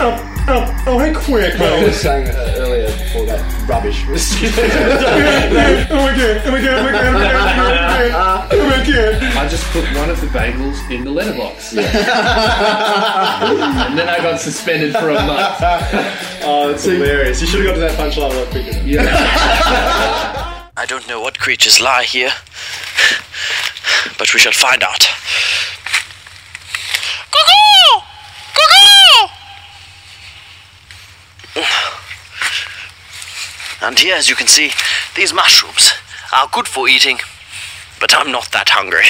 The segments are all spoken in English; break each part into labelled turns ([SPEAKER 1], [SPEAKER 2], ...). [SPEAKER 1] Help, help, oh, hey, quick,
[SPEAKER 2] I
[SPEAKER 1] man.
[SPEAKER 2] was saying uh, earlier before that rubbish was.
[SPEAKER 1] Yeah, oh my god, oh my god, oh my god, oh my god, oh my god, oh my god.
[SPEAKER 3] I just put one of the bagels in the letterbox. and then I got suspended for a month.
[SPEAKER 2] oh, that's hilarious. You should have got to that punchline a lot quicker. than that.
[SPEAKER 4] I don't know what creatures lie here, but we shall find out. Cuckoo! Cuckoo! And here, as you can see, these mushrooms are good for eating, but I'm not that hungry.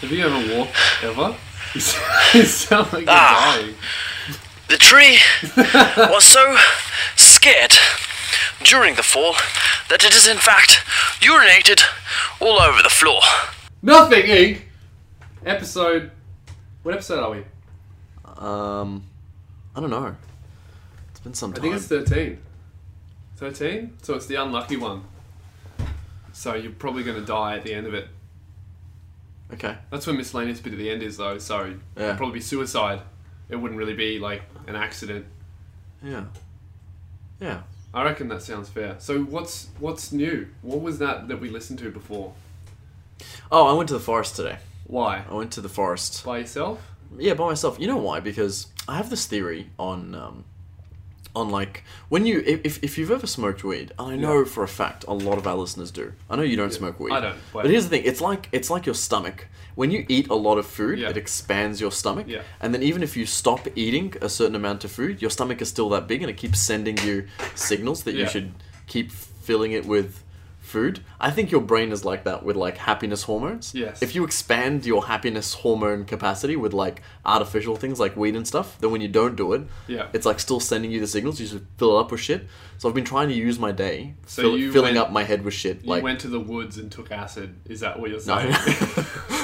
[SPEAKER 3] Have you ever walked ever? You sound like you're
[SPEAKER 5] Ah.
[SPEAKER 3] dying.
[SPEAKER 4] The tree was so scared during the fall that it is, in fact, urinated all over the floor.
[SPEAKER 3] Nothing Inc. Episode. What episode are we?
[SPEAKER 5] Um, I don't know. It's been some
[SPEAKER 3] I
[SPEAKER 5] time.
[SPEAKER 3] think it's 13. 13? So it's the unlucky one. So you're probably going to die at the end of it.
[SPEAKER 5] okay.
[SPEAKER 3] That's where miscellaneous bit at the end is, though. So it'd
[SPEAKER 5] Yeah.
[SPEAKER 3] probably be suicide. It wouldn't really be like an accident.
[SPEAKER 5] Yeah. Yeah.
[SPEAKER 3] I reckon that sounds fair. So what's what's new? What was that that we listened to before?
[SPEAKER 5] Oh, I went to the forest today.
[SPEAKER 3] Why?
[SPEAKER 5] I went to the forest.
[SPEAKER 3] By yourself?
[SPEAKER 5] Yeah, by myself. You know why? Because I have this theory on, um, on like when you if if you've ever smoked weed, and I know for a fact a lot of our listeners do. I know you don't smoke weed.
[SPEAKER 3] I don't,
[SPEAKER 5] But,
[SPEAKER 3] but-
[SPEAKER 5] here's the thing: it's like it's like your stomach. When you eat a lot of food,
[SPEAKER 3] Yeah.
[SPEAKER 5] it expands your stomach.
[SPEAKER 3] Yeah.
[SPEAKER 5] And then even if you stop eating a certain amount of food, your stomach is still that big, and it keeps sending you signals that
[SPEAKER 3] Yeah.
[SPEAKER 5] you should keep filling it with food. I think your brain is like that with like happiness hormones.
[SPEAKER 3] Yes.
[SPEAKER 5] If you expand your happiness hormone capacity with like artificial things like weed and stuff, then when you don't do it,
[SPEAKER 3] Yeah.
[SPEAKER 5] it's like still sending you the signals. You should fill it up with shit. So I've been trying to use my day,
[SPEAKER 3] So
[SPEAKER 5] fill-
[SPEAKER 3] you
[SPEAKER 5] filling
[SPEAKER 3] went-
[SPEAKER 5] up my head with shit.
[SPEAKER 3] You
[SPEAKER 5] like
[SPEAKER 3] went to the woods and took acid. Is that what you're
[SPEAKER 5] no,
[SPEAKER 3] saying?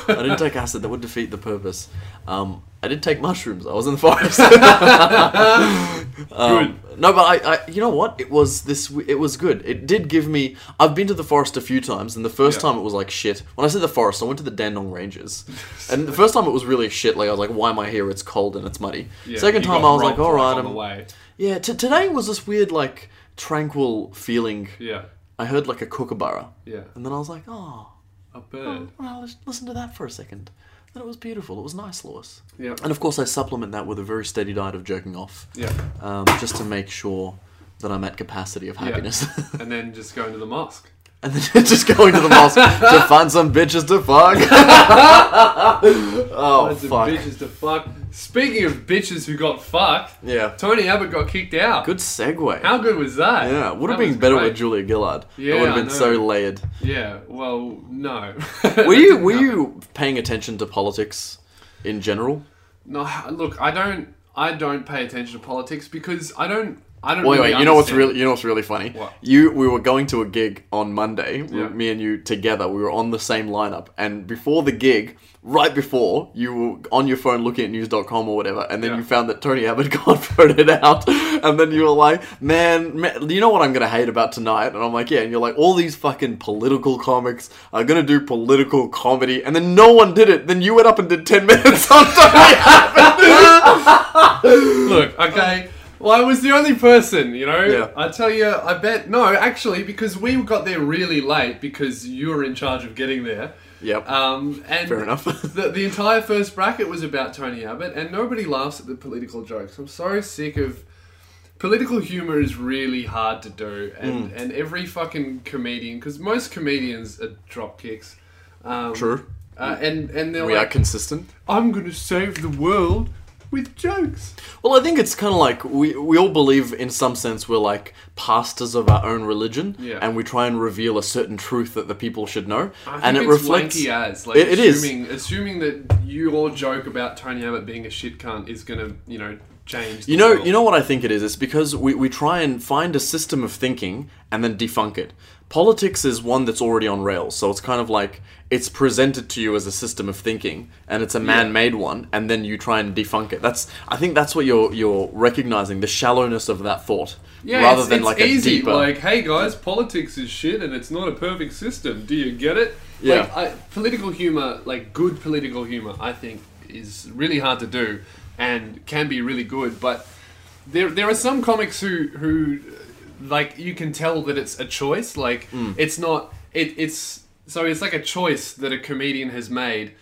[SPEAKER 5] I didn't take acid. That would defeat the purpose. Um, I did take mushrooms. I was in the forest. Um, no, but I, I, you know what? It was this. w- It was good. It did give me. I've been to the forest a few times, and the first
[SPEAKER 3] Yeah.
[SPEAKER 5] time it was like shit. When I said the forest, I went to the Dandong Ranges, and the first time it was really shit. Like I was like, why am I here? It's cold and it's muddy.
[SPEAKER 3] Yeah,
[SPEAKER 5] Second
[SPEAKER 3] you
[SPEAKER 5] time
[SPEAKER 3] got
[SPEAKER 5] I was like,
[SPEAKER 3] robbed,
[SPEAKER 5] all right,
[SPEAKER 3] on the
[SPEAKER 5] I'm,
[SPEAKER 3] way.
[SPEAKER 5] yeah. T- today was this weird like tranquil feeling.
[SPEAKER 3] Yeah,
[SPEAKER 5] I heard like a kookaburra,
[SPEAKER 3] yeah.
[SPEAKER 5] and then I was like, oh,
[SPEAKER 3] A bird.
[SPEAKER 5] well, let's listen to that for a second. Then it was beautiful. It was nice, Lewis.
[SPEAKER 3] Yeah,
[SPEAKER 5] And of course, I supplement that with a very steady diet of jerking off
[SPEAKER 3] yeah.
[SPEAKER 5] um, just to make sure that I'm at capacity of happiness.
[SPEAKER 3] And then just going to the mosque.
[SPEAKER 5] and then just going to the mosque to find some bitches to fuck.
[SPEAKER 3] Loads of
[SPEAKER 5] Oh, fuck.
[SPEAKER 3] bitches to fuck. Speaking of bitches who got fucked,
[SPEAKER 5] Yeah.
[SPEAKER 3] Tony Abbott got kicked out.
[SPEAKER 5] Good segue.
[SPEAKER 3] How good was that?
[SPEAKER 5] yeah, would have
[SPEAKER 3] That
[SPEAKER 5] been
[SPEAKER 3] was
[SPEAKER 5] better
[SPEAKER 3] great.
[SPEAKER 5] with Julia Gillard.
[SPEAKER 3] Yeah,
[SPEAKER 5] it would
[SPEAKER 3] I
[SPEAKER 5] have been
[SPEAKER 3] know.
[SPEAKER 5] so layered.
[SPEAKER 3] Yeah. Well, no.
[SPEAKER 5] Were you were you paying attention to politics in general?
[SPEAKER 3] No. Look, I don't. I don't pay attention to politics because I don't. I don't.
[SPEAKER 5] Wait,
[SPEAKER 3] really
[SPEAKER 5] wait. You know what's
[SPEAKER 3] understand.
[SPEAKER 5] really you know what's really funny?
[SPEAKER 3] What?
[SPEAKER 5] You we were going to a gig on Monday. we-
[SPEAKER 3] Yeah.
[SPEAKER 5] Me and you together. We were on the same lineup, and before the gig, right before you were on your phone looking at news.com or whatever, and then
[SPEAKER 3] Yeah.
[SPEAKER 5] you found that Tony Abbott got voted out, and then you were like, "Man, man you know what I'm gonna hate about tonight?" And I'm like, "Yeah." And you're like, "All these fucking political comics are gonna do political comedy," and then no one did it. Then you went up and did ten minutes on Tony
[SPEAKER 3] Look, okay. Well, I was the only person, you know.
[SPEAKER 5] Yeah.
[SPEAKER 3] I tell you, I bet no, actually, because we got there really late because you were in charge of getting there.
[SPEAKER 5] Yep.
[SPEAKER 3] Um, and
[SPEAKER 5] Fair enough.
[SPEAKER 3] the, the entire first bracket was about Tony Abbott, and nobody laughs at the political jokes. I'm so sick of political humor is really hard to do, and
[SPEAKER 5] Hmm.
[SPEAKER 3] and every fucking comedian, because most comedians are drop kicks. Um,
[SPEAKER 5] True.
[SPEAKER 3] Uh, and and they're
[SPEAKER 5] We are
[SPEAKER 3] like,
[SPEAKER 5] consistent.
[SPEAKER 3] I'm gonna save the world with jokes.
[SPEAKER 5] Well, I think it's kind of like we, we all believe in some sense we're like pastors of our own religion,
[SPEAKER 3] Yeah.
[SPEAKER 5] and we try and reveal a certain truth that the people should know,
[SPEAKER 3] I
[SPEAKER 5] and
[SPEAKER 3] think
[SPEAKER 5] it
[SPEAKER 3] it's
[SPEAKER 5] reflects.
[SPEAKER 3] wanky as like
[SPEAKER 5] It- it is.
[SPEAKER 3] assuming assuming that your joke about Tony Abbott being a shit cunt is gonna you know changed.
[SPEAKER 5] You
[SPEAKER 3] the
[SPEAKER 5] know,
[SPEAKER 3] world.
[SPEAKER 5] you know what I think it is. It's because we, we try and find a system of thinking and then defunk it. Politics is one that's already on rails, so it's kind of like it's presented to you as a system of thinking, and it's a man-made one, and then you try and defunk it. That's I think that's what you're you're recognizing the shallowness of that thought,
[SPEAKER 3] Yeah,
[SPEAKER 5] rather
[SPEAKER 3] it's,
[SPEAKER 5] than
[SPEAKER 3] it's
[SPEAKER 5] like
[SPEAKER 3] easy.
[SPEAKER 5] a deeper.
[SPEAKER 3] Like, hey guys, politics is shit, and it's not a perfect system. Do you get it?
[SPEAKER 5] Yeah.
[SPEAKER 3] Like, I, political humor, like good political humor, I think is really hard to do, and can be really good. But there, there are some comics who, who, uh, like, you can tell that it's a choice. Like,
[SPEAKER 5] Hmm.
[SPEAKER 3] it's not. It, it's so it's like a choice that a comedian has made.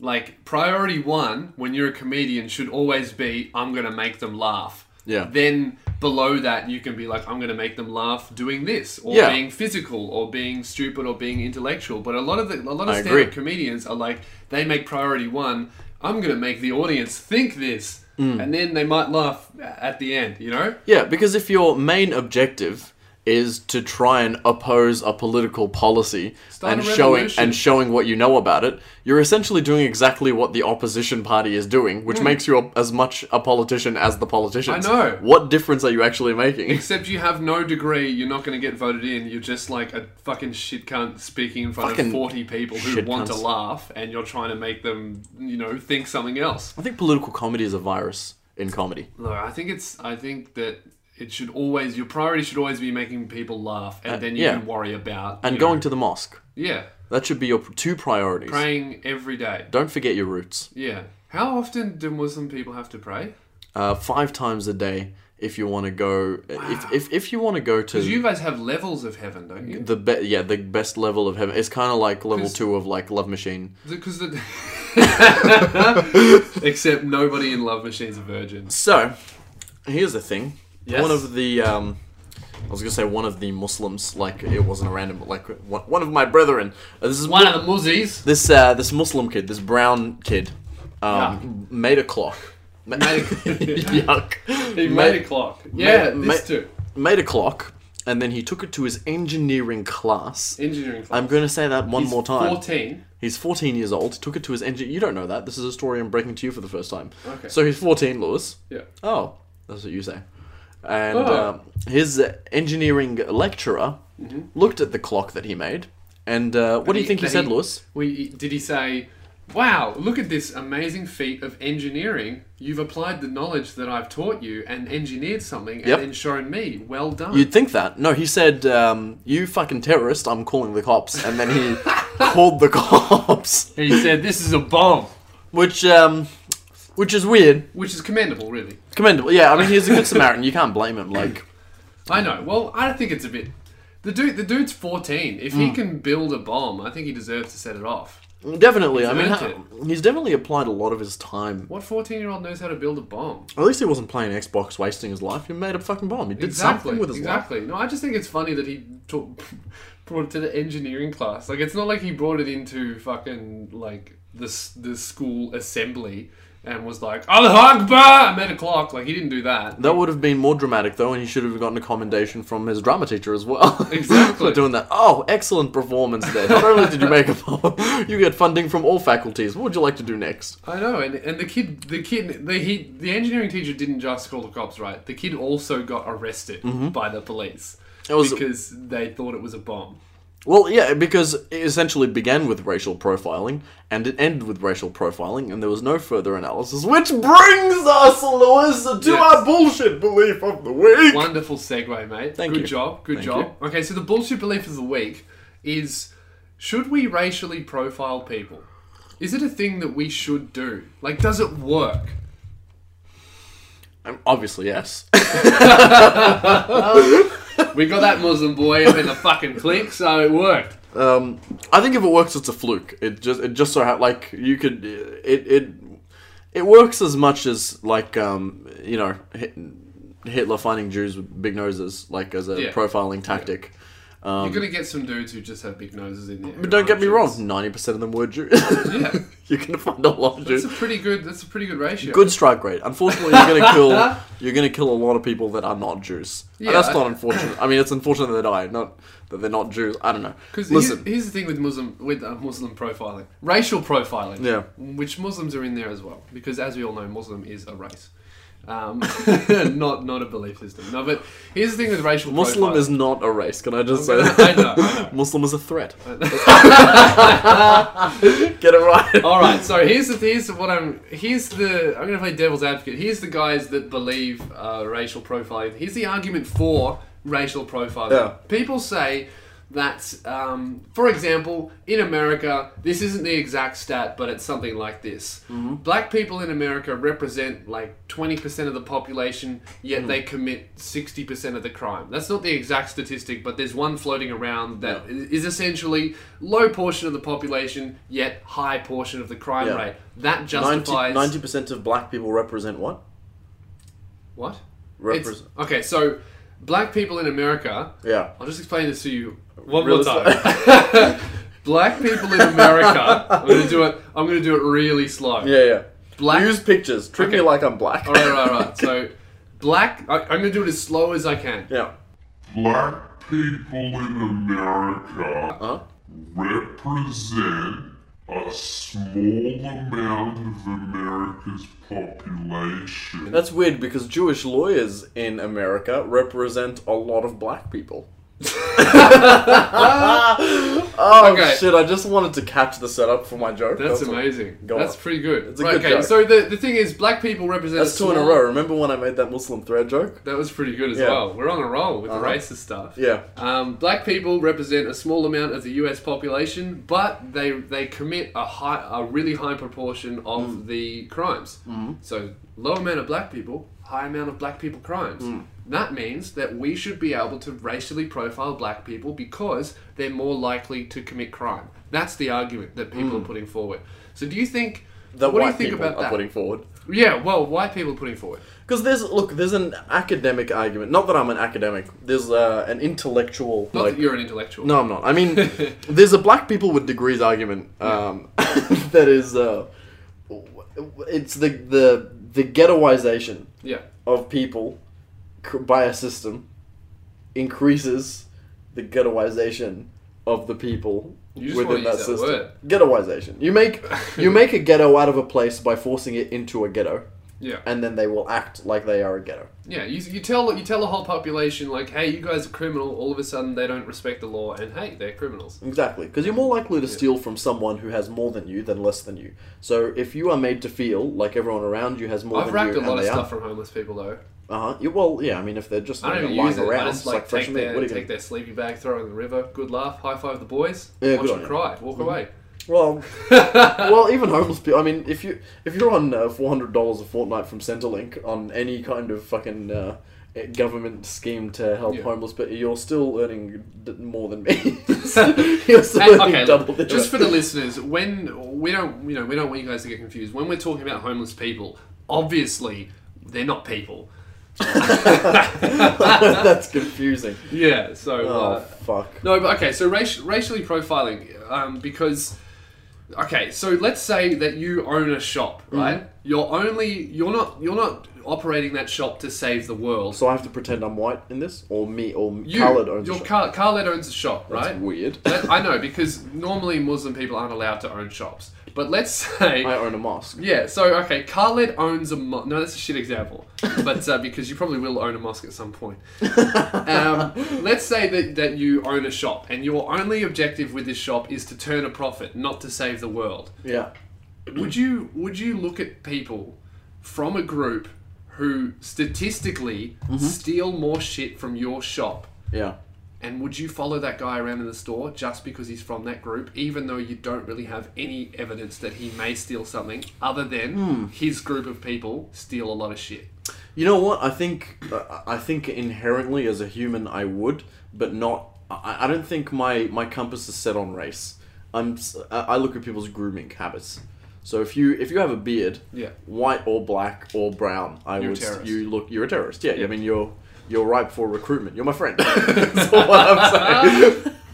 [SPEAKER 3] Like priority one, when you're a comedian, should always be I'm gonna make them laugh
[SPEAKER 5] Yeah.
[SPEAKER 3] then below that you can be like i'm going to make them laugh doing this or
[SPEAKER 5] Yeah.
[SPEAKER 3] being physical or being stupid or being intellectual but a lot of the a lot of
[SPEAKER 5] I
[SPEAKER 3] stand-up
[SPEAKER 5] agree.
[SPEAKER 3] comedians are like they make priority one i'm going to make the audience think this
[SPEAKER 5] Mm.
[SPEAKER 3] and then they might laugh at the end you know
[SPEAKER 5] Yeah, because if your main objective is to try and oppose a political policy
[SPEAKER 3] Start
[SPEAKER 5] and
[SPEAKER 3] a
[SPEAKER 5] showing
[SPEAKER 3] revolution.
[SPEAKER 5] and showing what you know about it, you're essentially doing exactly what the opposition party is doing, which makes you a, as much a politician as the politicians.
[SPEAKER 3] Hmm. I know.
[SPEAKER 5] What difference are you actually making?
[SPEAKER 3] except you have no degree you're not going to get voted in you're just like a fucking shit cunt speaking in front
[SPEAKER 5] Fucking
[SPEAKER 3] of 40 people who
[SPEAKER 5] shit
[SPEAKER 3] want to
[SPEAKER 5] cunts.
[SPEAKER 3] laugh and you're trying to make them you know think something else
[SPEAKER 5] I think political comedy is a virus in comedy.
[SPEAKER 3] No, I think it's. I think that it should always. Your priority should always be making people laugh, and then you
[SPEAKER 5] Uh, yeah.
[SPEAKER 3] can worry about
[SPEAKER 5] And
[SPEAKER 3] you
[SPEAKER 5] going
[SPEAKER 3] know-
[SPEAKER 5] to the mosque.
[SPEAKER 3] yeah,
[SPEAKER 5] That should be your two priorities.
[SPEAKER 3] praying every day.
[SPEAKER 5] Don't forget your roots.
[SPEAKER 3] Yeah. How often do Muslim people have to pray?
[SPEAKER 5] Uh, five times a day if you want to go if, if if you want to go to
[SPEAKER 3] Because you guys have levels of heaven, don't you?
[SPEAKER 5] the be- yeah the best level of heaven. It's kind of like level
[SPEAKER 3] 'Cause-
[SPEAKER 5] two of like Love Machine.
[SPEAKER 3] Because the. Except nobody in Love Machine's a virgin.
[SPEAKER 5] So here's the thing.
[SPEAKER 3] Yes.
[SPEAKER 5] One of the um, I was gonna say one of the Muslims. Like it wasn't a random, but like one, one of my brethren. Uh, this is
[SPEAKER 3] One of the muzzies
[SPEAKER 5] this uh, this Muslim kid, this brown kid,
[SPEAKER 3] Yeah.
[SPEAKER 5] um, made a clock. Ma- Yuck.
[SPEAKER 3] He
[SPEAKER 5] Ma-
[SPEAKER 3] made a clock. Yeah,
[SPEAKER 5] ma-
[SPEAKER 3] this
[SPEAKER 5] ma-
[SPEAKER 3] too.
[SPEAKER 5] made a clock, and then he took it to his engineering class.
[SPEAKER 3] Engineering class.
[SPEAKER 5] I'm going to say that one
[SPEAKER 3] He's
[SPEAKER 5] more time.
[SPEAKER 3] Fourteen.
[SPEAKER 5] He's 14 years old. Took it to his engine. You don't know that. This is a story I'm breaking to you for the first time.
[SPEAKER 3] Okay.
[SPEAKER 5] So he's 14, Lewis.
[SPEAKER 3] Yeah.
[SPEAKER 5] Oh, that's what you say. And
[SPEAKER 3] Oh.
[SPEAKER 5] um, his engineering lecturer looked at the clock that he made. And uh, what do you
[SPEAKER 3] Mm-hmm. he-
[SPEAKER 5] think he
[SPEAKER 3] that
[SPEAKER 5] said,
[SPEAKER 3] he-
[SPEAKER 5] Lewis?
[SPEAKER 3] We did he say, "Wow, look at this amazing feat of engineering! You've applied the knowledge that I've taught you and engineered something,
[SPEAKER 5] Yep.
[SPEAKER 3] and then shown me. Well done."
[SPEAKER 5] You'd think that. No, he said, um, "You fucking terrorist! I'm calling the cops." And then he called the cops,
[SPEAKER 3] he said, "This is a bomb,"
[SPEAKER 5] which um, which is weird.
[SPEAKER 3] which is commendable, really.
[SPEAKER 5] Commendable. Yeah, I mean, he's a good Samaritan. You can't blame him. Like,
[SPEAKER 3] I know. Well, I think it's a bit. The dude, the dude's fourteen. If
[SPEAKER 5] Hmm.
[SPEAKER 3] he can build a bomb, I think he deserves to set it off.
[SPEAKER 5] definitely. I mean,
[SPEAKER 3] earned
[SPEAKER 5] ha- he's definitely applied a lot of his time
[SPEAKER 3] What fourteen-year-old knows how to build a bomb?
[SPEAKER 5] At least he wasn't playing Xbox, wasting his life. He made a fucking bomb. He did something with his life.
[SPEAKER 3] exactly. No, I just think it's funny that he took, brought it to the engineering class. Like, it's not like he brought it into fucking like the s- the school assembly and was like, "Allah Akbar!" I made a clock. Like, he didn't do that.
[SPEAKER 5] That would have been more dramatic though, and he should have gotten a commendation from his drama teacher as well.
[SPEAKER 3] Exactly.
[SPEAKER 5] for doing that. Oh, excellent performance there. Not only did you make a bomb, you get funding from all faculties. What would you like to do next?
[SPEAKER 3] I know. And and the kid, the kid, the he, the engineering teacher didn't just call the cops, right? The kid also got arrested by the police
[SPEAKER 5] It Mm-hmm. was-
[SPEAKER 3] because they thought it was a bomb.
[SPEAKER 5] Well, yeah, because it essentially began with racial profiling, and it ended with racial profiling, and there was no further analysis. Which brings us, Lewis, to
[SPEAKER 3] Yes.
[SPEAKER 5] our bullshit belief of the week.
[SPEAKER 3] Wonderful segue, mate.
[SPEAKER 5] Thank
[SPEAKER 3] good
[SPEAKER 5] you.
[SPEAKER 3] job.
[SPEAKER 5] Thank
[SPEAKER 3] Good job. Okay, so the bullshit belief of the week is should we racially profile people? Is it a thing that we should do? Like, does it work?
[SPEAKER 5] Um, Obviously, yes.
[SPEAKER 3] We got that Muslim boy up in the fucking click, so it worked.
[SPEAKER 5] Um, I think if it works, it's a fluke. It just it just so ha- like you could it it it works as much as like um you know Hit- Hitler finding Jews with big noses like as a
[SPEAKER 3] Yeah.
[SPEAKER 5] profiling tactic.
[SPEAKER 3] You're gonna get some dudes who just have big noses in there.
[SPEAKER 5] Um, But don't get me wrong, ninety percent of them were Jews.
[SPEAKER 3] Yeah,
[SPEAKER 5] you're gonna find a lot of
[SPEAKER 3] that's
[SPEAKER 5] Jews.
[SPEAKER 3] a pretty good. That's a pretty good ratio.
[SPEAKER 5] Good strike rate. Unfortunately, you're gonna kill you're gonna kill a lot of people that are not Jews. And
[SPEAKER 3] Yeah,
[SPEAKER 5] that's
[SPEAKER 3] I-
[SPEAKER 5] not unfortunate. I mean, it's unfortunate they die, not that they're not Jews. I don't know.
[SPEAKER 3] Because
[SPEAKER 5] Listen,
[SPEAKER 3] here's, the thing with Muslim with uh, Muslim profiling, racial profiling,
[SPEAKER 5] Yeah.
[SPEAKER 3] which Muslims are in there as well, because as we all know, Muslim is a race. Um, not not a belief system. No, but here's the thing with racial
[SPEAKER 5] Muslim
[SPEAKER 3] profiling.
[SPEAKER 5] is not a race. Can I just say
[SPEAKER 3] gonna-
[SPEAKER 5] that?
[SPEAKER 3] I know, I know.
[SPEAKER 5] Muslim is a threat. Get it right.
[SPEAKER 3] All right, so here's the here's what I'm here's the I'm gonna play devil's advocate. Here's the guys that believe uh, racial profiling. Here's the argument for racial profiling.
[SPEAKER 5] Yeah.
[SPEAKER 3] People say that, um, for example, in America, this isn't the exact stat, but it's something like this:
[SPEAKER 5] Mm-hmm.
[SPEAKER 3] Black people in America represent like twenty percent of the population, yet
[SPEAKER 5] Mm.
[SPEAKER 3] they commit sixty percent of the crime. That's not the exact statistic, but there's one floating around that is essentially low portion of the population, yet high portion of the crime
[SPEAKER 5] Yeah.
[SPEAKER 3] rate. That
[SPEAKER 5] 90,
[SPEAKER 3] justifies
[SPEAKER 5] 90% of black people represent what?
[SPEAKER 3] what? It's-
[SPEAKER 5] Represent.
[SPEAKER 3] okay, so black people in America
[SPEAKER 5] Yeah.
[SPEAKER 3] I'll just explain this to you one
[SPEAKER 5] Real
[SPEAKER 3] more time. Black people in America. I'm gonna do it. I'm gonna do it really slow.
[SPEAKER 5] Yeah, yeah.
[SPEAKER 3] Black.
[SPEAKER 5] Use pictures. Treat me
[SPEAKER 3] Okay.
[SPEAKER 5] like I'm black.
[SPEAKER 3] All right, all right, all right. So, black. I, I'm gonna do it as slow as I can.
[SPEAKER 5] Yeah.
[SPEAKER 6] Black people in America
[SPEAKER 5] Huh?
[SPEAKER 6] represent a small amount of America's population.
[SPEAKER 5] That's weird because Jewish lawyers in America represent a lot of black people. oh
[SPEAKER 3] Okay.
[SPEAKER 5] shit! I just wanted to catch the setup for my joke.
[SPEAKER 3] That's
[SPEAKER 5] all.
[SPEAKER 3] amazing.
[SPEAKER 5] Go
[SPEAKER 3] That's
[SPEAKER 5] on.
[SPEAKER 3] pretty good.
[SPEAKER 5] It's a
[SPEAKER 3] right,
[SPEAKER 5] good
[SPEAKER 3] okay.
[SPEAKER 5] joke.
[SPEAKER 3] So the, the thing is, black people represent.
[SPEAKER 5] That's
[SPEAKER 3] a
[SPEAKER 5] two in a
[SPEAKER 3] small-
[SPEAKER 5] row. Remember when I made that Muslim thread joke?
[SPEAKER 3] That was pretty good as
[SPEAKER 5] Yeah.
[SPEAKER 3] well. We're on a roll with the
[SPEAKER 5] Uh-huh.
[SPEAKER 3] racist stuff.
[SPEAKER 5] Yeah.
[SPEAKER 3] Um, black people represent a small amount of the U.S. population, but they they commit a high, a really high proportion of
[SPEAKER 5] Mm.
[SPEAKER 3] the crimes.
[SPEAKER 5] Mm-hmm.
[SPEAKER 3] So low amount of black people, high amount of black people crimes.
[SPEAKER 5] Mm.
[SPEAKER 3] That means that we should be able to racially profile black people because they're more likely to commit crime. That's the argument that people are putting forward. So do you
[SPEAKER 5] Mm.
[SPEAKER 3] think?
[SPEAKER 5] That
[SPEAKER 3] what do
[SPEAKER 5] white
[SPEAKER 3] you think
[SPEAKER 5] people
[SPEAKER 3] about
[SPEAKER 5] are
[SPEAKER 3] that?
[SPEAKER 5] putting forward.
[SPEAKER 3] yeah, well, white people are putting forward.
[SPEAKER 5] Because there's look, there's an academic argument. Not that I'm an academic. There's uh, an intellectual.
[SPEAKER 3] Not
[SPEAKER 5] like,
[SPEAKER 3] that you're an intellectual.
[SPEAKER 5] No, I'm not. I mean, there's a black people with degrees argument um, that is, uh, it's the the the ghettoization
[SPEAKER 3] Yeah.
[SPEAKER 5] of people cr- by a system increases the ghettoization of the people
[SPEAKER 3] You just
[SPEAKER 5] within
[SPEAKER 3] wanna
[SPEAKER 5] that
[SPEAKER 3] use that
[SPEAKER 5] system.
[SPEAKER 3] word.
[SPEAKER 5] Ghettoization. You make you make a ghetto out of a place by forcing it into a ghetto,
[SPEAKER 3] Yeah.
[SPEAKER 5] and then they will act like they are a ghetto.
[SPEAKER 3] Yeah, you, you tell you tell the whole population like, hey, you guys are criminal. All of a sudden, they don't respect the law, and hey, they're criminals.
[SPEAKER 5] Exactly, because you're more likely to steal from someone who has more than you than less than you. So if you are made to feel like everyone around you has more
[SPEAKER 3] I've
[SPEAKER 5] than
[SPEAKER 3] racked
[SPEAKER 5] you,
[SPEAKER 3] a lot
[SPEAKER 5] and
[SPEAKER 3] of
[SPEAKER 5] they
[SPEAKER 3] stuff from homeless people though.
[SPEAKER 5] are, uh huh. You, well, yeah, I mean, if they're just
[SPEAKER 3] I
[SPEAKER 5] you
[SPEAKER 3] don't
[SPEAKER 5] know,
[SPEAKER 3] even
[SPEAKER 5] lying
[SPEAKER 3] use it.
[SPEAKER 5] around,
[SPEAKER 3] I
[SPEAKER 5] it's
[SPEAKER 3] just
[SPEAKER 5] like,
[SPEAKER 3] like
[SPEAKER 5] fresh
[SPEAKER 3] take
[SPEAKER 5] meat.
[SPEAKER 3] their
[SPEAKER 5] What are you
[SPEAKER 3] take
[SPEAKER 5] gonna?
[SPEAKER 3] their sleepy bag, throw it in the river. Good laugh, high five the boys.
[SPEAKER 5] Yeah,
[SPEAKER 3] watch
[SPEAKER 5] good on
[SPEAKER 3] them
[SPEAKER 5] you.
[SPEAKER 3] cry, walk away.
[SPEAKER 5] Well, well, even homeless people. I mean, if you if you're on uh, four hundred dollars a fortnight from Centrelink on any kind of fucking uh, eh, government scheme to help
[SPEAKER 3] Yeah.
[SPEAKER 5] homeless, but you're still earning d- more than me. you're still
[SPEAKER 3] Hey,
[SPEAKER 5] earning
[SPEAKER 3] okay,
[SPEAKER 5] double. the rate.
[SPEAKER 3] just for the listeners, when we don't, you know, we don't want you guys to get confused. When we're talking about homeless people, obviously they're not people.
[SPEAKER 5] that's confusing.
[SPEAKER 3] Yeah, so
[SPEAKER 5] Oh
[SPEAKER 3] uh,
[SPEAKER 5] fuck.
[SPEAKER 3] No, but okay. So raci- racially profiling, um, because okay. So let's say that you own a shop,
[SPEAKER 5] Mm-hmm.
[SPEAKER 3] right? You're only you're not you're not operating that shop to save the world.
[SPEAKER 5] So I have to pretend I'm white in this, or me, or
[SPEAKER 3] you,
[SPEAKER 5] Khaled owns
[SPEAKER 3] your
[SPEAKER 5] a shop.
[SPEAKER 3] Khal- Khaled owns a shop,
[SPEAKER 5] That's
[SPEAKER 3] right?
[SPEAKER 5] weird.
[SPEAKER 3] That- I know because normally Muslim people aren't allowed to own shops. But let's say
[SPEAKER 5] I own a mosque.
[SPEAKER 3] yeah, so okay, Khaled owns a mosque. No, that's a shit example, but uh, because you probably will own a mosque at some point. Um, let's say that, that you own a shop, and your only objective with this shop is to turn a profit, not to save the world.
[SPEAKER 5] Yeah.
[SPEAKER 3] Would you would you look at people from a group who statistically steal more shit from your shop,
[SPEAKER 5] Yeah.
[SPEAKER 3] and would you follow that guy around in the store just because he's from that group, even though you don't really have any evidence that he may steal something other than
[SPEAKER 5] Hmm.
[SPEAKER 3] his group of people steal a lot of shit?
[SPEAKER 5] You know what? I think uh, I think inherently as a human I would, but not. I, I don't think my my compass is set on race. I'm. s- I I look at people's grooming habits. So if you if you have a beard,
[SPEAKER 3] Yeah.
[SPEAKER 5] white or black or brown, I
[SPEAKER 3] You're a
[SPEAKER 5] would s-
[SPEAKER 3] terrorist.
[SPEAKER 5] you look you're a terrorist. Yeah, I mean you're you're ripe for recruitment. You're my friend. That's all I'm saying.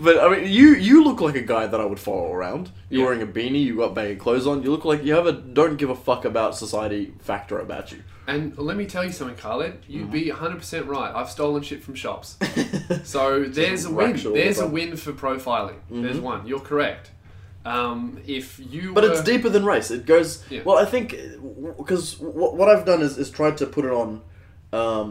[SPEAKER 5] But I mean, you you look like a guy that I would follow around. You're
[SPEAKER 3] Yeah.
[SPEAKER 5] wearing a beanie. You got baggy clothes on. You look like you have a don't give a fuck about society factor about you.
[SPEAKER 3] And let me tell you something, Khaled. You'd
[SPEAKER 5] Mm-hmm.
[SPEAKER 3] be 100% right. I've stolen shit from shops. so there's a win.
[SPEAKER 5] rack shit all
[SPEAKER 3] There's a
[SPEAKER 5] over. Mm-hmm.
[SPEAKER 3] win for profiling. There's one. You're correct. Um, if you
[SPEAKER 5] But
[SPEAKER 3] were,
[SPEAKER 5] it's deeper than race. It goes
[SPEAKER 3] Yeah.
[SPEAKER 5] well. I think because what, what I've done is, is tried to put it on um,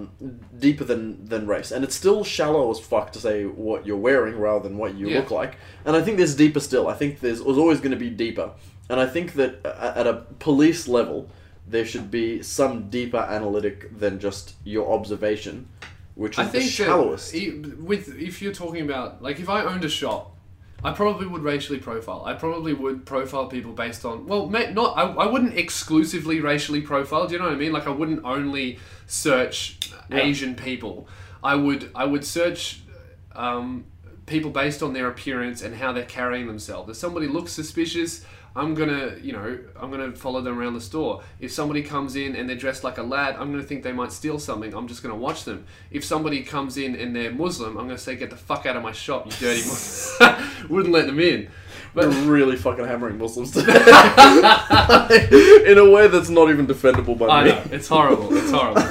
[SPEAKER 5] deeper than, than race, and it's still shallow as fuck to say what you're wearing rather than what you
[SPEAKER 3] Yeah.
[SPEAKER 5] look like. And I think there's deeper still. I think there's, there's always going to be deeper, and I think that a- at a police level there should be some deeper analytic than just your observation, which
[SPEAKER 3] I
[SPEAKER 5] is
[SPEAKER 3] think
[SPEAKER 5] the
[SPEAKER 3] that
[SPEAKER 5] shallowest.
[SPEAKER 3] e- with if you're talking about like if I owned a shop, I probably would racially profile. I probably would profile people based on well, ma- not I, I wouldn't exclusively racially profile. Do you know what I mean? Like I wouldn't only search Asian people. I would I would search um, people based on their appearance and how they're carrying themselves. If somebody looks suspicious, I'm gonna, you know, I'm gonna follow them around the store. If somebody comes in and they're dressed like a lad, I'm gonna think they might steal something. I'm just gonna watch them. If somebody comes in and they're Muslim, I'm gonna say, "Get the fuck out of my shop, you dirty Muslim." Wouldn't let them in.
[SPEAKER 5] We're
[SPEAKER 3] But
[SPEAKER 5] really fucking hammering Muslims today. in a way that's not even defendable by
[SPEAKER 3] I
[SPEAKER 5] me.
[SPEAKER 3] know it's horrible. It's horrible.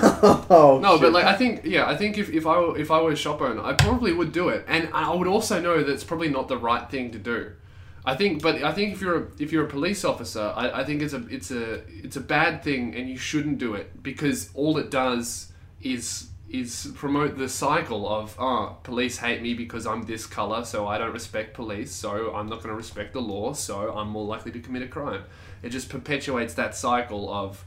[SPEAKER 5] Oh,
[SPEAKER 3] No,
[SPEAKER 5] shit.
[SPEAKER 3] but like I think, yeah, I think if, if I were, if I were a shop owner, I probably would do it, and I would also know that it's probably not the right thing to do. I think, but I think if you're a, if you're a police officer, I, I think it's a it's a it's a bad thing, and you shouldn't do it because all it does is is promote the cycle of ah police hate me because I'm this color, so I don't respect police, so I'm not going to respect the law, so I'm more likely to commit a crime. It just perpetuates that cycle of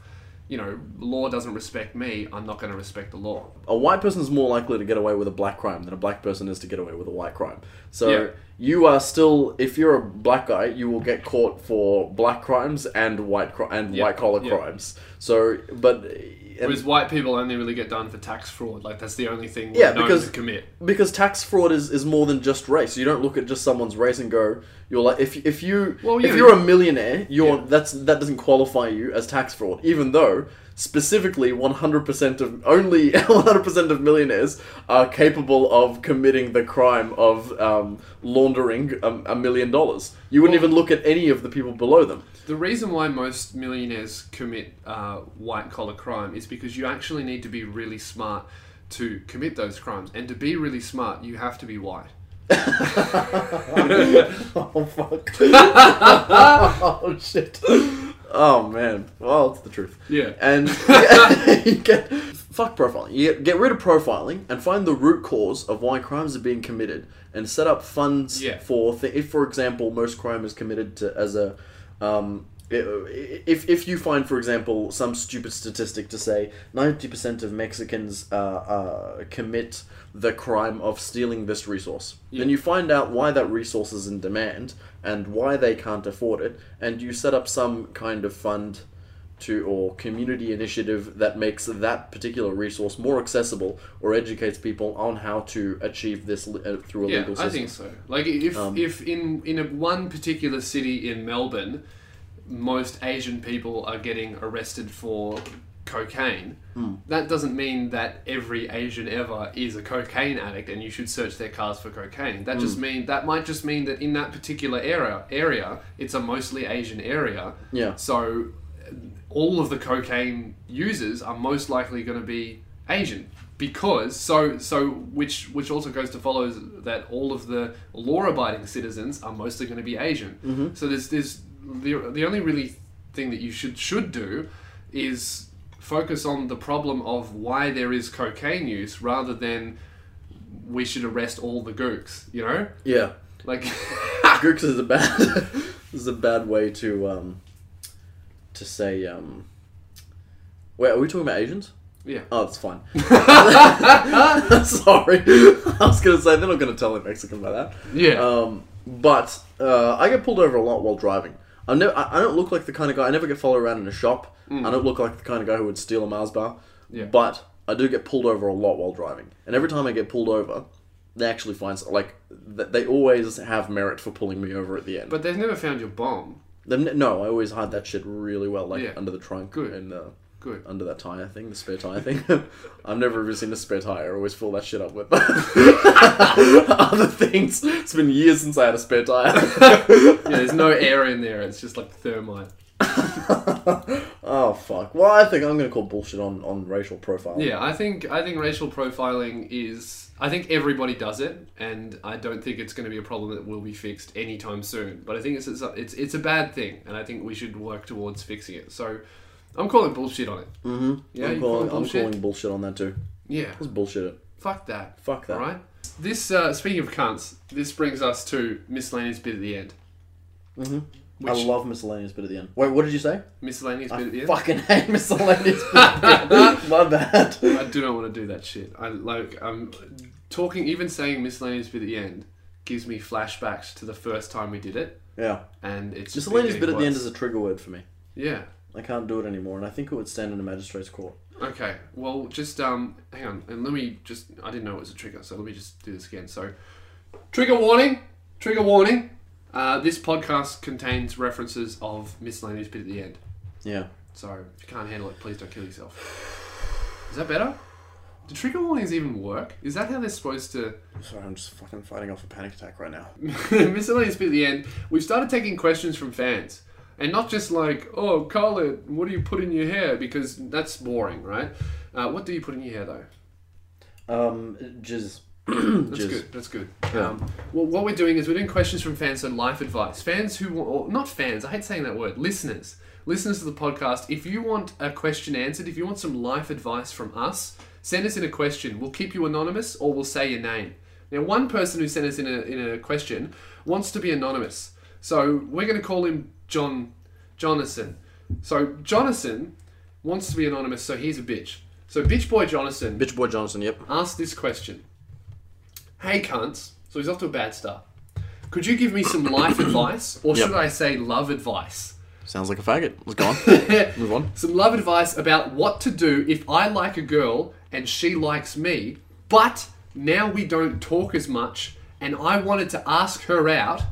[SPEAKER 3] you know, law doesn't respect me, I'm not going to respect the law.
[SPEAKER 5] a white person is more likely to get away with a black crime than a black person is to get away with a white crime. So
[SPEAKER 3] Yeah.
[SPEAKER 5] you are still, if you're a black guy, you will get caught for black crimes and white cri- and
[SPEAKER 3] Yeah,
[SPEAKER 5] white collar
[SPEAKER 3] yeah.
[SPEAKER 5] crimes. So, but
[SPEAKER 3] Whereas white people only really get done for tax fraud. Like, that's the only thing we're
[SPEAKER 5] Yeah,
[SPEAKER 3] known
[SPEAKER 5] because-
[SPEAKER 3] to commit.
[SPEAKER 5] because tax fraud is, is more than just race. You don't look at just someone's race and go, you're like if if you
[SPEAKER 3] Well, yeah,
[SPEAKER 5] if you're
[SPEAKER 3] you-
[SPEAKER 5] a millionaire, you're
[SPEAKER 3] Yeah.
[SPEAKER 5] that's that doesn't qualify you as tax fraud, even though specifically 100% of only 100% of millionaires are capable of committing the crime of um, laundering a, a million dollars. You wouldn't even look at any of the people below them.
[SPEAKER 3] The reason why most millionaires commit uh, white collar crime is because you actually need to be really smart to commit those crimes. And to be really smart, you have to be white.
[SPEAKER 5] Oh fuck. oh shit. Oh man. Well, it's the truth.
[SPEAKER 3] Yeah.
[SPEAKER 5] And you get fuck profiling. You get, get rid of profiling and find the root cause of why crimes are being committed and set up funds
[SPEAKER 3] Yeah.
[SPEAKER 5] for th- if for example most crime is committed to, as a um i- i- if, if you find, for example, some stupid statistic to say 90% of Mexicans uh, uh, commit the crime of stealing this resource, then you find out why that resource is in demand and why they can't afford it, and you set up some kind of fund to or community initiative that makes that particular resource more accessible or educates people on how to achieve this li- uh, through a
[SPEAKER 3] Yeah,
[SPEAKER 5] legal system. Um,
[SPEAKER 3] I think so. Like, if, if in, in a, one particular city in Melbourne, most Asian people are getting arrested for cocaine,
[SPEAKER 5] Hmm.
[SPEAKER 3] that doesn't mean that every Asian ever is a cocaine addict and you should search their cars for cocaine. That
[SPEAKER 5] Hmm.
[SPEAKER 3] just mean that might just mean that in that particular area area, it's a mostly Asian area.
[SPEAKER 5] Yeah.
[SPEAKER 3] So uh, all of the cocaine users are most likely going to be Asian because so so which which also goes to follows that all of the law-abiding citizens are mostly going to be Asian. So there's there's the, the only really thing that you should should do is focus on the problem of why there is cocaine use rather than we should arrest all the gooks, you know?
[SPEAKER 5] Yeah.
[SPEAKER 3] Like
[SPEAKER 5] Gooks is a bad is a bad way to um to say um Wait, are we talking about Asians?
[SPEAKER 3] yeah.
[SPEAKER 5] Oh, it's fine. Sorry. I was gonna say they're not gonna tell a Mexican by that.
[SPEAKER 3] Yeah.
[SPEAKER 5] Um but uh, I get pulled over a lot while driving. I'm no, I, I don't look like the kind of guy I never get followed around in a shop. I don't look like the kind of guy who would steal a Mars bar.
[SPEAKER 3] Mm. Yeah.
[SPEAKER 5] But I do get pulled over a lot while driving. And every time I get pulled over, they actually find s- like th- they always have merit for pulling me over at the end.
[SPEAKER 3] but they've never found your bomb.
[SPEAKER 5] Them- no, I always hide that shit really well, like
[SPEAKER 3] Yeah.
[SPEAKER 5] under the trunk
[SPEAKER 3] Good.
[SPEAKER 5] and uh,
[SPEAKER 3] Good.
[SPEAKER 5] under that tire thing, the spare tire thing. I've never ever seen a spare tire. I always fill that shit up with other things. It's been years since I had a spare tire.
[SPEAKER 3] Yeah, there's no air in there. It's just like thermite.
[SPEAKER 5] oh fuck. Well, I think I'm gonna call bullshit on on racial profiling.
[SPEAKER 3] Yeah, I think I think racial profiling is. I think everybody does it, and I don't think it's going to be a problem that will be fixed anytime soon. But I think it's it's a- it's, it's a bad thing, and I think we should work towards fixing it. So, I'm calling bullshit on it.
[SPEAKER 5] hmm
[SPEAKER 3] Yeah,
[SPEAKER 5] I'm calling,
[SPEAKER 3] you calling
[SPEAKER 5] I'm
[SPEAKER 3] bullshit?
[SPEAKER 5] calling bullshit on that too.
[SPEAKER 3] Yeah,
[SPEAKER 5] Let's bullshit it.
[SPEAKER 3] fuck that.
[SPEAKER 5] Fuck that.
[SPEAKER 3] All right. This uh, speaking of cunts, this brings us to miscellaneous bit at the end. Mm-hmm.
[SPEAKER 5] I
[SPEAKER 3] Which
[SPEAKER 5] love miscellaneous bit at the end. Wait, what did you say?
[SPEAKER 3] miscellaneous bit at the end.
[SPEAKER 5] Fucking hate miscellaneous bit. at the end. My bad.
[SPEAKER 3] I do not want to do that shit. I like I'm talking even saying miscellaneous bit at the end gives me flashbacks to the first time we did it,
[SPEAKER 5] Yeah.
[SPEAKER 3] and it's just been
[SPEAKER 5] Miscellaneous bit
[SPEAKER 3] getting
[SPEAKER 5] at the end
[SPEAKER 3] worse.
[SPEAKER 5] is a trigger word for me.
[SPEAKER 3] yeah.
[SPEAKER 5] I can't do it anymore, and I think it would stand in a magistrate's court.
[SPEAKER 3] Okay. Well, just um, hang on, and let me just. I didn't know it was a trigger, so let me just do this again. So, trigger warning. Trigger warning. Uh, this podcast contains references of miscellaneous bit at the end.
[SPEAKER 5] Yeah.
[SPEAKER 3] So if you can't handle it, please don't kill yourself. Is that better? Do trigger warnings even work? Is that how they're supposed to?
[SPEAKER 5] Sorry, I'm just fucking fighting off a panic attack right now.
[SPEAKER 3] miscellaneous bit at the end, we've started taking questions from fans. And not just like, oh, Khaled, what do you put in your hair? Because that's boring, right? Uh, what do you put in your hair, though?
[SPEAKER 5] Um, jizz.
[SPEAKER 3] That's
[SPEAKER 5] jizz.
[SPEAKER 3] good. That's good. Um, well, what we're doing is we're doing questions from fans on life advice. Fans who, wa- or not fans, I hate saying that word, listeners. Listeners to the podcast, if you want a question answered, if you want some life advice from us, send us in a question. We'll keep you anonymous or we'll say your name. Now, one person who sent us in a, in a question wants to be anonymous. So we're going to call him John Jonathan. So Jonathan wants to be anonymous, so he's a bitch. So bitch boy Jonathan
[SPEAKER 5] Bitch boy Johnson, yep.
[SPEAKER 3] asked this question. Hey cunts, so he's off to a bad start. Could you give me some life advice, or
[SPEAKER 5] Yep.
[SPEAKER 3] should I say love advice?
[SPEAKER 5] Sounds like a faggot. Let's go on. Move on.
[SPEAKER 3] Some love advice about what to do if I like a girl and she likes me, but now we don't talk as much, and I wanted to ask her out,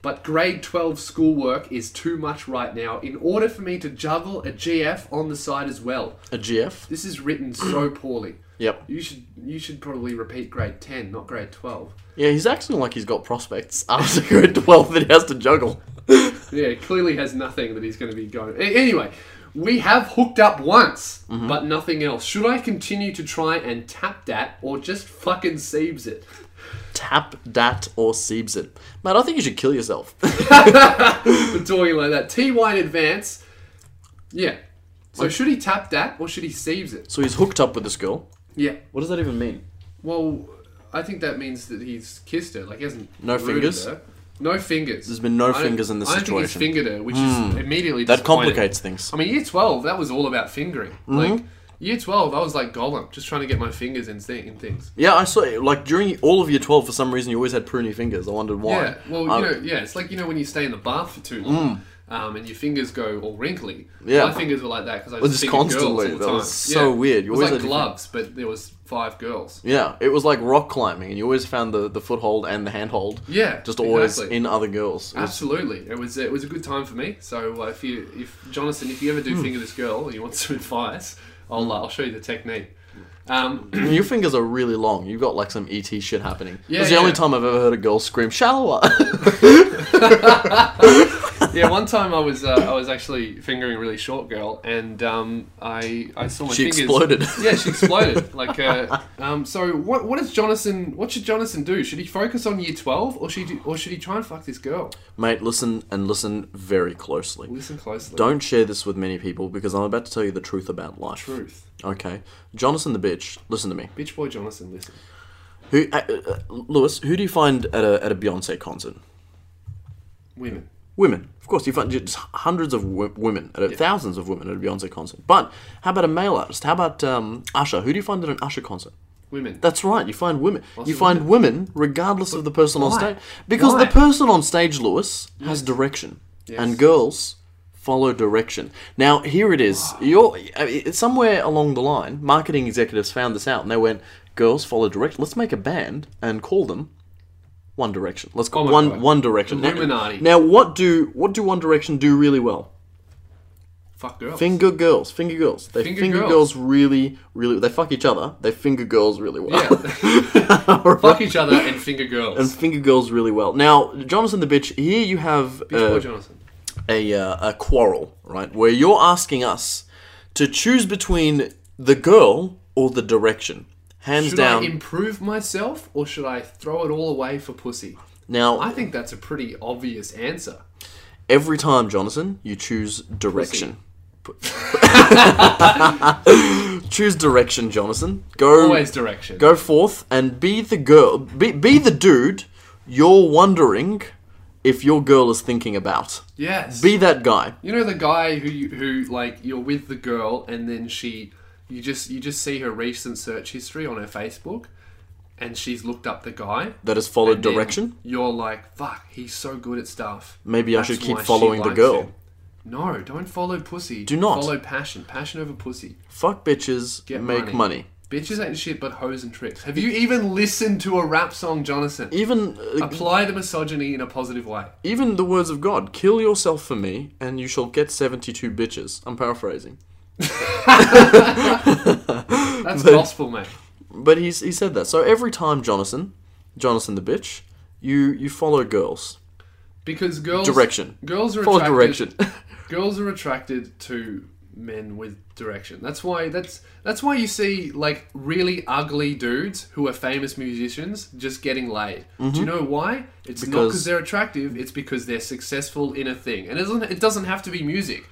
[SPEAKER 3] but grade 12 schoolwork is too much right now in order for me to juggle a GF on the side as well.
[SPEAKER 5] A GF.
[SPEAKER 3] This is written so poorly.
[SPEAKER 5] Yep.
[SPEAKER 3] You should you should probably repeat grade ten, not grade twelve.
[SPEAKER 5] Yeah, he's acting like he's got prospects after grade 12 that he has to juggle.
[SPEAKER 3] Yeah, he clearly has nothing that he's going to be going. A- Anyway, we have hooked up once,
[SPEAKER 5] Mm-hmm.
[SPEAKER 3] but nothing else. Should I continue to try and tap that, or just fucking seebs it?
[SPEAKER 5] Tap, dat, or seebs it. Matt, I think you should kill yourself.
[SPEAKER 3] For talking like that, Ty in advance. Yeah. So should he tap that, or should he seebs it?
[SPEAKER 5] so he's hooked up with this girl.
[SPEAKER 3] Yeah.
[SPEAKER 5] What does that even mean?
[SPEAKER 3] Well, I think that means that he's kissed her. Like he hasn't.
[SPEAKER 5] No
[SPEAKER 3] rooted
[SPEAKER 5] fingers?
[SPEAKER 3] her. No fingers.
[SPEAKER 5] There's been no
[SPEAKER 3] I don't-
[SPEAKER 5] fingers in this
[SPEAKER 3] I don't think he's
[SPEAKER 5] situation. Hmm.
[SPEAKER 3] fingered her, which is immediately
[SPEAKER 5] That
[SPEAKER 3] disappointing.
[SPEAKER 5] complicates things.
[SPEAKER 3] I mean, year 12, that was all about fingering.
[SPEAKER 5] Mm-hmm.
[SPEAKER 3] Like, year 12, I was like Gollum, just trying to get my fingers in, th- in things.
[SPEAKER 5] Yeah, I saw Like, during all of year 12, for some reason, you always had pruny fingers. I wondered why.
[SPEAKER 3] Yeah, well, you
[SPEAKER 5] Um, Mm.
[SPEAKER 3] know, yeah, it's like, you know, when you stay in the bath for too long. Um, and your fingers go all wrinkly.
[SPEAKER 5] Yeah.
[SPEAKER 3] my fingers were like that because I
[SPEAKER 5] Well,
[SPEAKER 3] just,
[SPEAKER 5] just
[SPEAKER 3] fingered
[SPEAKER 5] constantly.
[SPEAKER 3] Girls all the
[SPEAKER 5] That
[SPEAKER 3] time.
[SPEAKER 5] was so weird. You
[SPEAKER 3] it was
[SPEAKER 5] always
[SPEAKER 3] like
[SPEAKER 5] had-
[SPEAKER 3] gloves, but there was five girls.
[SPEAKER 5] Yeah, it was like rock climbing, and you always found the, the foothold and the handhold.
[SPEAKER 3] Yeah,
[SPEAKER 5] Just always
[SPEAKER 3] exactly.
[SPEAKER 5] in other girls. It was-
[SPEAKER 3] Absolutely, it was it was a good time for me. So uh, if you if Jonathan, if you ever do
[SPEAKER 5] Hmm.
[SPEAKER 3] finger this girl and you want some advice, I'll uh, I'll show you the technique. Um,
[SPEAKER 5] I mean, your fingers are really long. You've got like some ET shit happening.
[SPEAKER 3] Yeah,
[SPEAKER 5] That's the only
[SPEAKER 3] yeah.
[SPEAKER 5] time I've ever heard a girl scream, shower!
[SPEAKER 3] yeah, one time I was uh, I was actually fingering a really short girl, and um, I I saw my
[SPEAKER 5] she
[SPEAKER 3] fingers.
[SPEAKER 5] exploded.
[SPEAKER 3] Yeah, she exploded. like, uh, um, so what? What does Jonathan? What should Jonathan do? Should he focus on year twelve, or should he, or should he try and fuck this girl?
[SPEAKER 5] Mate, listen and listen very closely.
[SPEAKER 3] Listen closely.
[SPEAKER 5] Don't share this with many people because I'm about to tell you the truth about life.
[SPEAKER 3] Truth.
[SPEAKER 5] Okay. Jonathan the bitch, listen to me.
[SPEAKER 3] Bitch boy Jonathan, listen.
[SPEAKER 5] Who, uh, uh, Lewis, who do you find at a, at a Beyonce concert?
[SPEAKER 3] Women.
[SPEAKER 5] Women. Of course, you find just hundreds of w- women, at a, thousands of women at a Beyonce concert. But how about a male artist? How about um, Usher? Who do you find at an Usher concert?
[SPEAKER 3] Women.
[SPEAKER 5] That's right. You find women. you find women, regardless of the person on
[SPEAKER 3] why?
[SPEAKER 5] stage, because
[SPEAKER 3] Why?
[SPEAKER 5] the person on stage, Lewis, has direction, and girls follow direction. Now here it is. You're I mean, it's somewhere along the line. Marketing executives found this out, and they went, "Girls follow direction. Let's make a band and call them." One Direction. Let's call
[SPEAKER 3] my
[SPEAKER 5] One
[SPEAKER 3] God.
[SPEAKER 5] One Direction. Now-
[SPEAKER 3] Illuminati.
[SPEAKER 5] now, what do what do One Direction do really well?
[SPEAKER 3] fuck girls.
[SPEAKER 5] Finger girls, finger girls. They finger,
[SPEAKER 3] Finger
[SPEAKER 5] girls.
[SPEAKER 3] girls.
[SPEAKER 5] really, really. They fuck each other. They finger girls really well.
[SPEAKER 3] Yeah. fuck each other and finger girls.
[SPEAKER 5] and finger girls really well. Now, Jonathan the bitch. Here you have
[SPEAKER 3] Bitch boy
[SPEAKER 5] uh,
[SPEAKER 3] Jonathan.
[SPEAKER 5] a uh, a quarrel, right? Where you're asking us to choose between the girl or the direction. Hands
[SPEAKER 3] Should
[SPEAKER 5] down.
[SPEAKER 3] I improve myself or should I throw it all away for pussy?
[SPEAKER 5] now,
[SPEAKER 3] I think that's a pretty obvious answer.
[SPEAKER 5] every time, Jonathan, you choose direction. choose direction, Jonathan. Go
[SPEAKER 3] Always direction.
[SPEAKER 5] go forth and be the girl be, be the dude you're wondering if your girl is thinking about
[SPEAKER 3] Yes.
[SPEAKER 5] be that guy
[SPEAKER 3] You know the guy who you, who like you're with the girl and then she you just you just see her recent search history on her Facebook and she's looked up the guy.
[SPEAKER 5] that has followed
[SPEAKER 3] and then
[SPEAKER 5] direction
[SPEAKER 3] You're like, fuck, he's so good at stuff.
[SPEAKER 5] Maybe I
[SPEAKER 3] That's
[SPEAKER 5] should keep
[SPEAKER 3] why she
[SPEAKER 5] following the
[SPEAKER 3] likes
[SPEAKER 5] girl."
[SPEAKER 3] him." No, don't follow pussy.
[SPEAKER 5] Do not.
[SPEAKER 3] follow passion. Passion over pussy.
[SPEAKER 5] fuck bitches
[SPEAKER 3] Get
[SPEAKER 5] make money.
[SPEAKER 3] money. Bitches ain't shit but hoes and tricks. Have you even listened to a rap song, Jonathan?
[SPEAKER 5] even uh,
[SPEAKER 3] Apply the misogyny in a positive way.
[SPEAKER 5] even the words of god kill yourself for me and you shall get 72 bitches i'm paraphrasing
[SPEAKER 3] That's gospel, mate.
[SPEAKER 5] but he's, he said that so every time jonathan jonathan the bitch you you follow girls
[SPEAKER 3] Because girls
[SPEAKER 5] Direction.
[SPEAKER 3] Girls are
[SPEAKER 5] follow
[SPEAKER 3] attracted,
[SPEAKER 5] direction
[SPEAKER 3] girls are attracted to men with direction. That's why that's that's why you see like really ugly dudes who are famous musicians just getting laid. Do you know why? It's not
[SPEAKER 5] Mm-hmm. Because-
[SPEAKER 3] because they're attractive. It's because they're successful in a thing, and it doesn't it doesn't have to be music.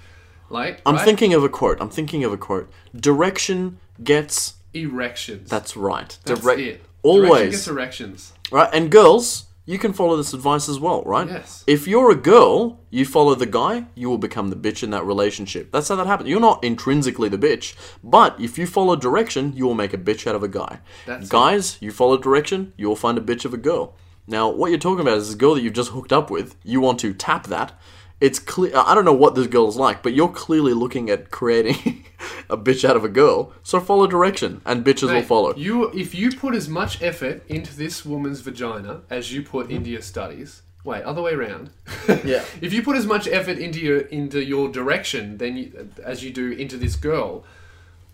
[SPEAKER 3] Like
[SPEAKER 5] i'm
[SPEAKER 3] right?
[SPEAKER 5] thinking of a quote i'm thinking of a quote direction gets
[SPEAKER 3] erections.
[SPEAKER 5] That's right.
[SPEAKER 3] That's
[SPEAKER 5] Direct-
[SPEAKER 3] it. Direction
[SPEAKER 5] Always.
[SPEAKER 3] gets erections.
[SPEAKER 5] right? And girls, you can follow this advice as well, right?
[SPEAKER 3] Yes.
[SPEAKER 5] If you're a girl, you follow the guy, you will become the bitch in that relationship. That's how that happens. You're not intrinsically the bitch, but if you follow direction, you will make a bitch out of a guy.
[SPEAKER 3] That's it.
[SPEAKER 5] Guys, you follow direction, you will find a bitch of a girl. Now, what you're talking about is this girl that you've just hooked up with. You want to tap that. It's clear. I don't know what this girl is like, but you're clearly looking at creating a bitch out of a girl. So follow direction, and bitches will
[SPEAKER 3] Mate,
[SPEAKER 5] follow.
[SPEAKER 3] You, if you put as much effort into this woman's vagina as you put into your studies, wait, other way around.
[SPEAKER 5] Yeah.
[SPEAKER 3] If you put as much effort into your into your direction than you, as you do into this girl,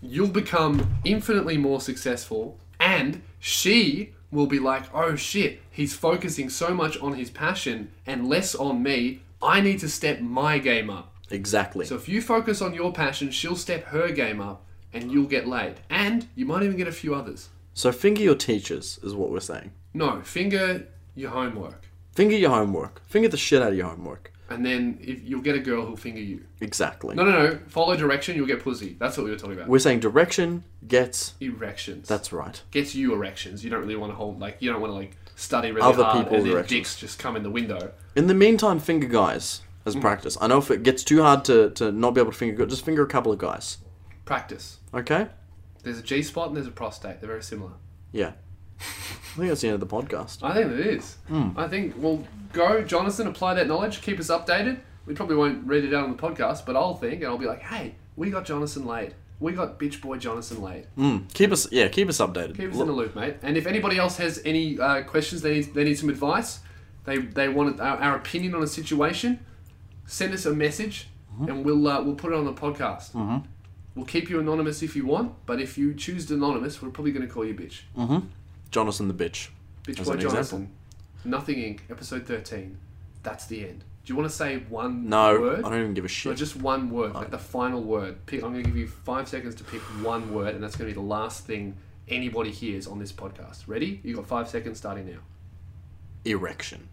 [SPEAKER 3] you'll become infinitely more successful, and she will be like, "Oh shit, he's focusing so much on his passion and less on me. I need to step my game up."
[SPEAKER 5] Exactly.
[SPEAKER 3] So if you focus on your passion, she'll step her game up and you'll get laid. And you might even get a few others.
[SPEAKER 5] So finger your teachers is what we're saying.
[SPEAKER 3] No, finger your homework.
[SPEAKER 5] Finger your homework. Finger the shit out of your homework.
[SPEAKER 3] And then if you'll get a girl who'll finger you.
[SPEAKER 5] Exactly.
[SPEAKER 3] No, no, no. Follow direction, you'll get pussy. That's what we were talking about.
[SPEAKER 5] We're saying direction gets.
[SPEAKER 3] erections.
[SPEAKER 5] That's right.
[SPEAKER 3] gets you erections. You don't really want to hold like you don't want to like study really
[SPEAKER 5] Other
[SPEAKER 3] hard
[SPEAKER 5] people's
[SPEAKER 3] and then
[SPEAKER 5] erections.
[SPEAKER 3] dicks just come in the window.
[SPEAKER 5] In the meantime, finger guys as
[SPEAKER 3] Mm.
[SPEAKER 5] practice. I know if it gets too hard to, to not be able to finger, gu- just finger a couple of guys.
[SPEAKER 3] Practice.
[SPEAKER 5] Okay.
[SPEAKER 3] There's a G spot and there's a prostate. They're very similar.
[SPEAKER 5] Yeah. I think that's the end of the podcast.
[SPEAKER 3] I think it is. I think we'll go, Jonathan, apply that knowledge, keep us updated. We probably won't read it out on the podcast, but I'll think and I'll be like, hey, we got Jonathan laid. We got bitch boy Jonathan laid.
[SPEAKER 5] Hmm. Mm. Keep us. Yeah. Keep us updated.
[SPEAKER 3] Keep us
[SPEAKER 5] Look-
[SPEAKER 3] in the loop, mate. And if anybody else has any uh, questions, they need, they need some advice, they, they want our, our opinion on a situation, send us a message and we'll, uh, we'll put it on the podcast. We'll keep you anonymous if you want, but if you choose anonymous, we're probably going to call you bitch.
[SPEAKER 5] Jonathan the bitch.
[SPEAKER 3] Bitch
[SPEAKER 5] As
[SPEAKER 3] Boy
[SPEAKER 5] an example.
[SPEAKER 3] Jonathan. Nothing Inc. Episode thirteen. That's the end. Do you want to say one
[SPEAKER 5] No,
[SPEAKER 3] word?
[SPEAKER 5] I don't even give a
[SPEAKER 3] Or
[SPEAKER 5] shit.
[SPEAKER 3] just one word, like the final word. Pick, I'm going to give you five seconds to pick one word, and that's going to be the last thing anybody hears on this podcast. Ready? You got five seconds starting now.
[SPEAKER 5] Erection.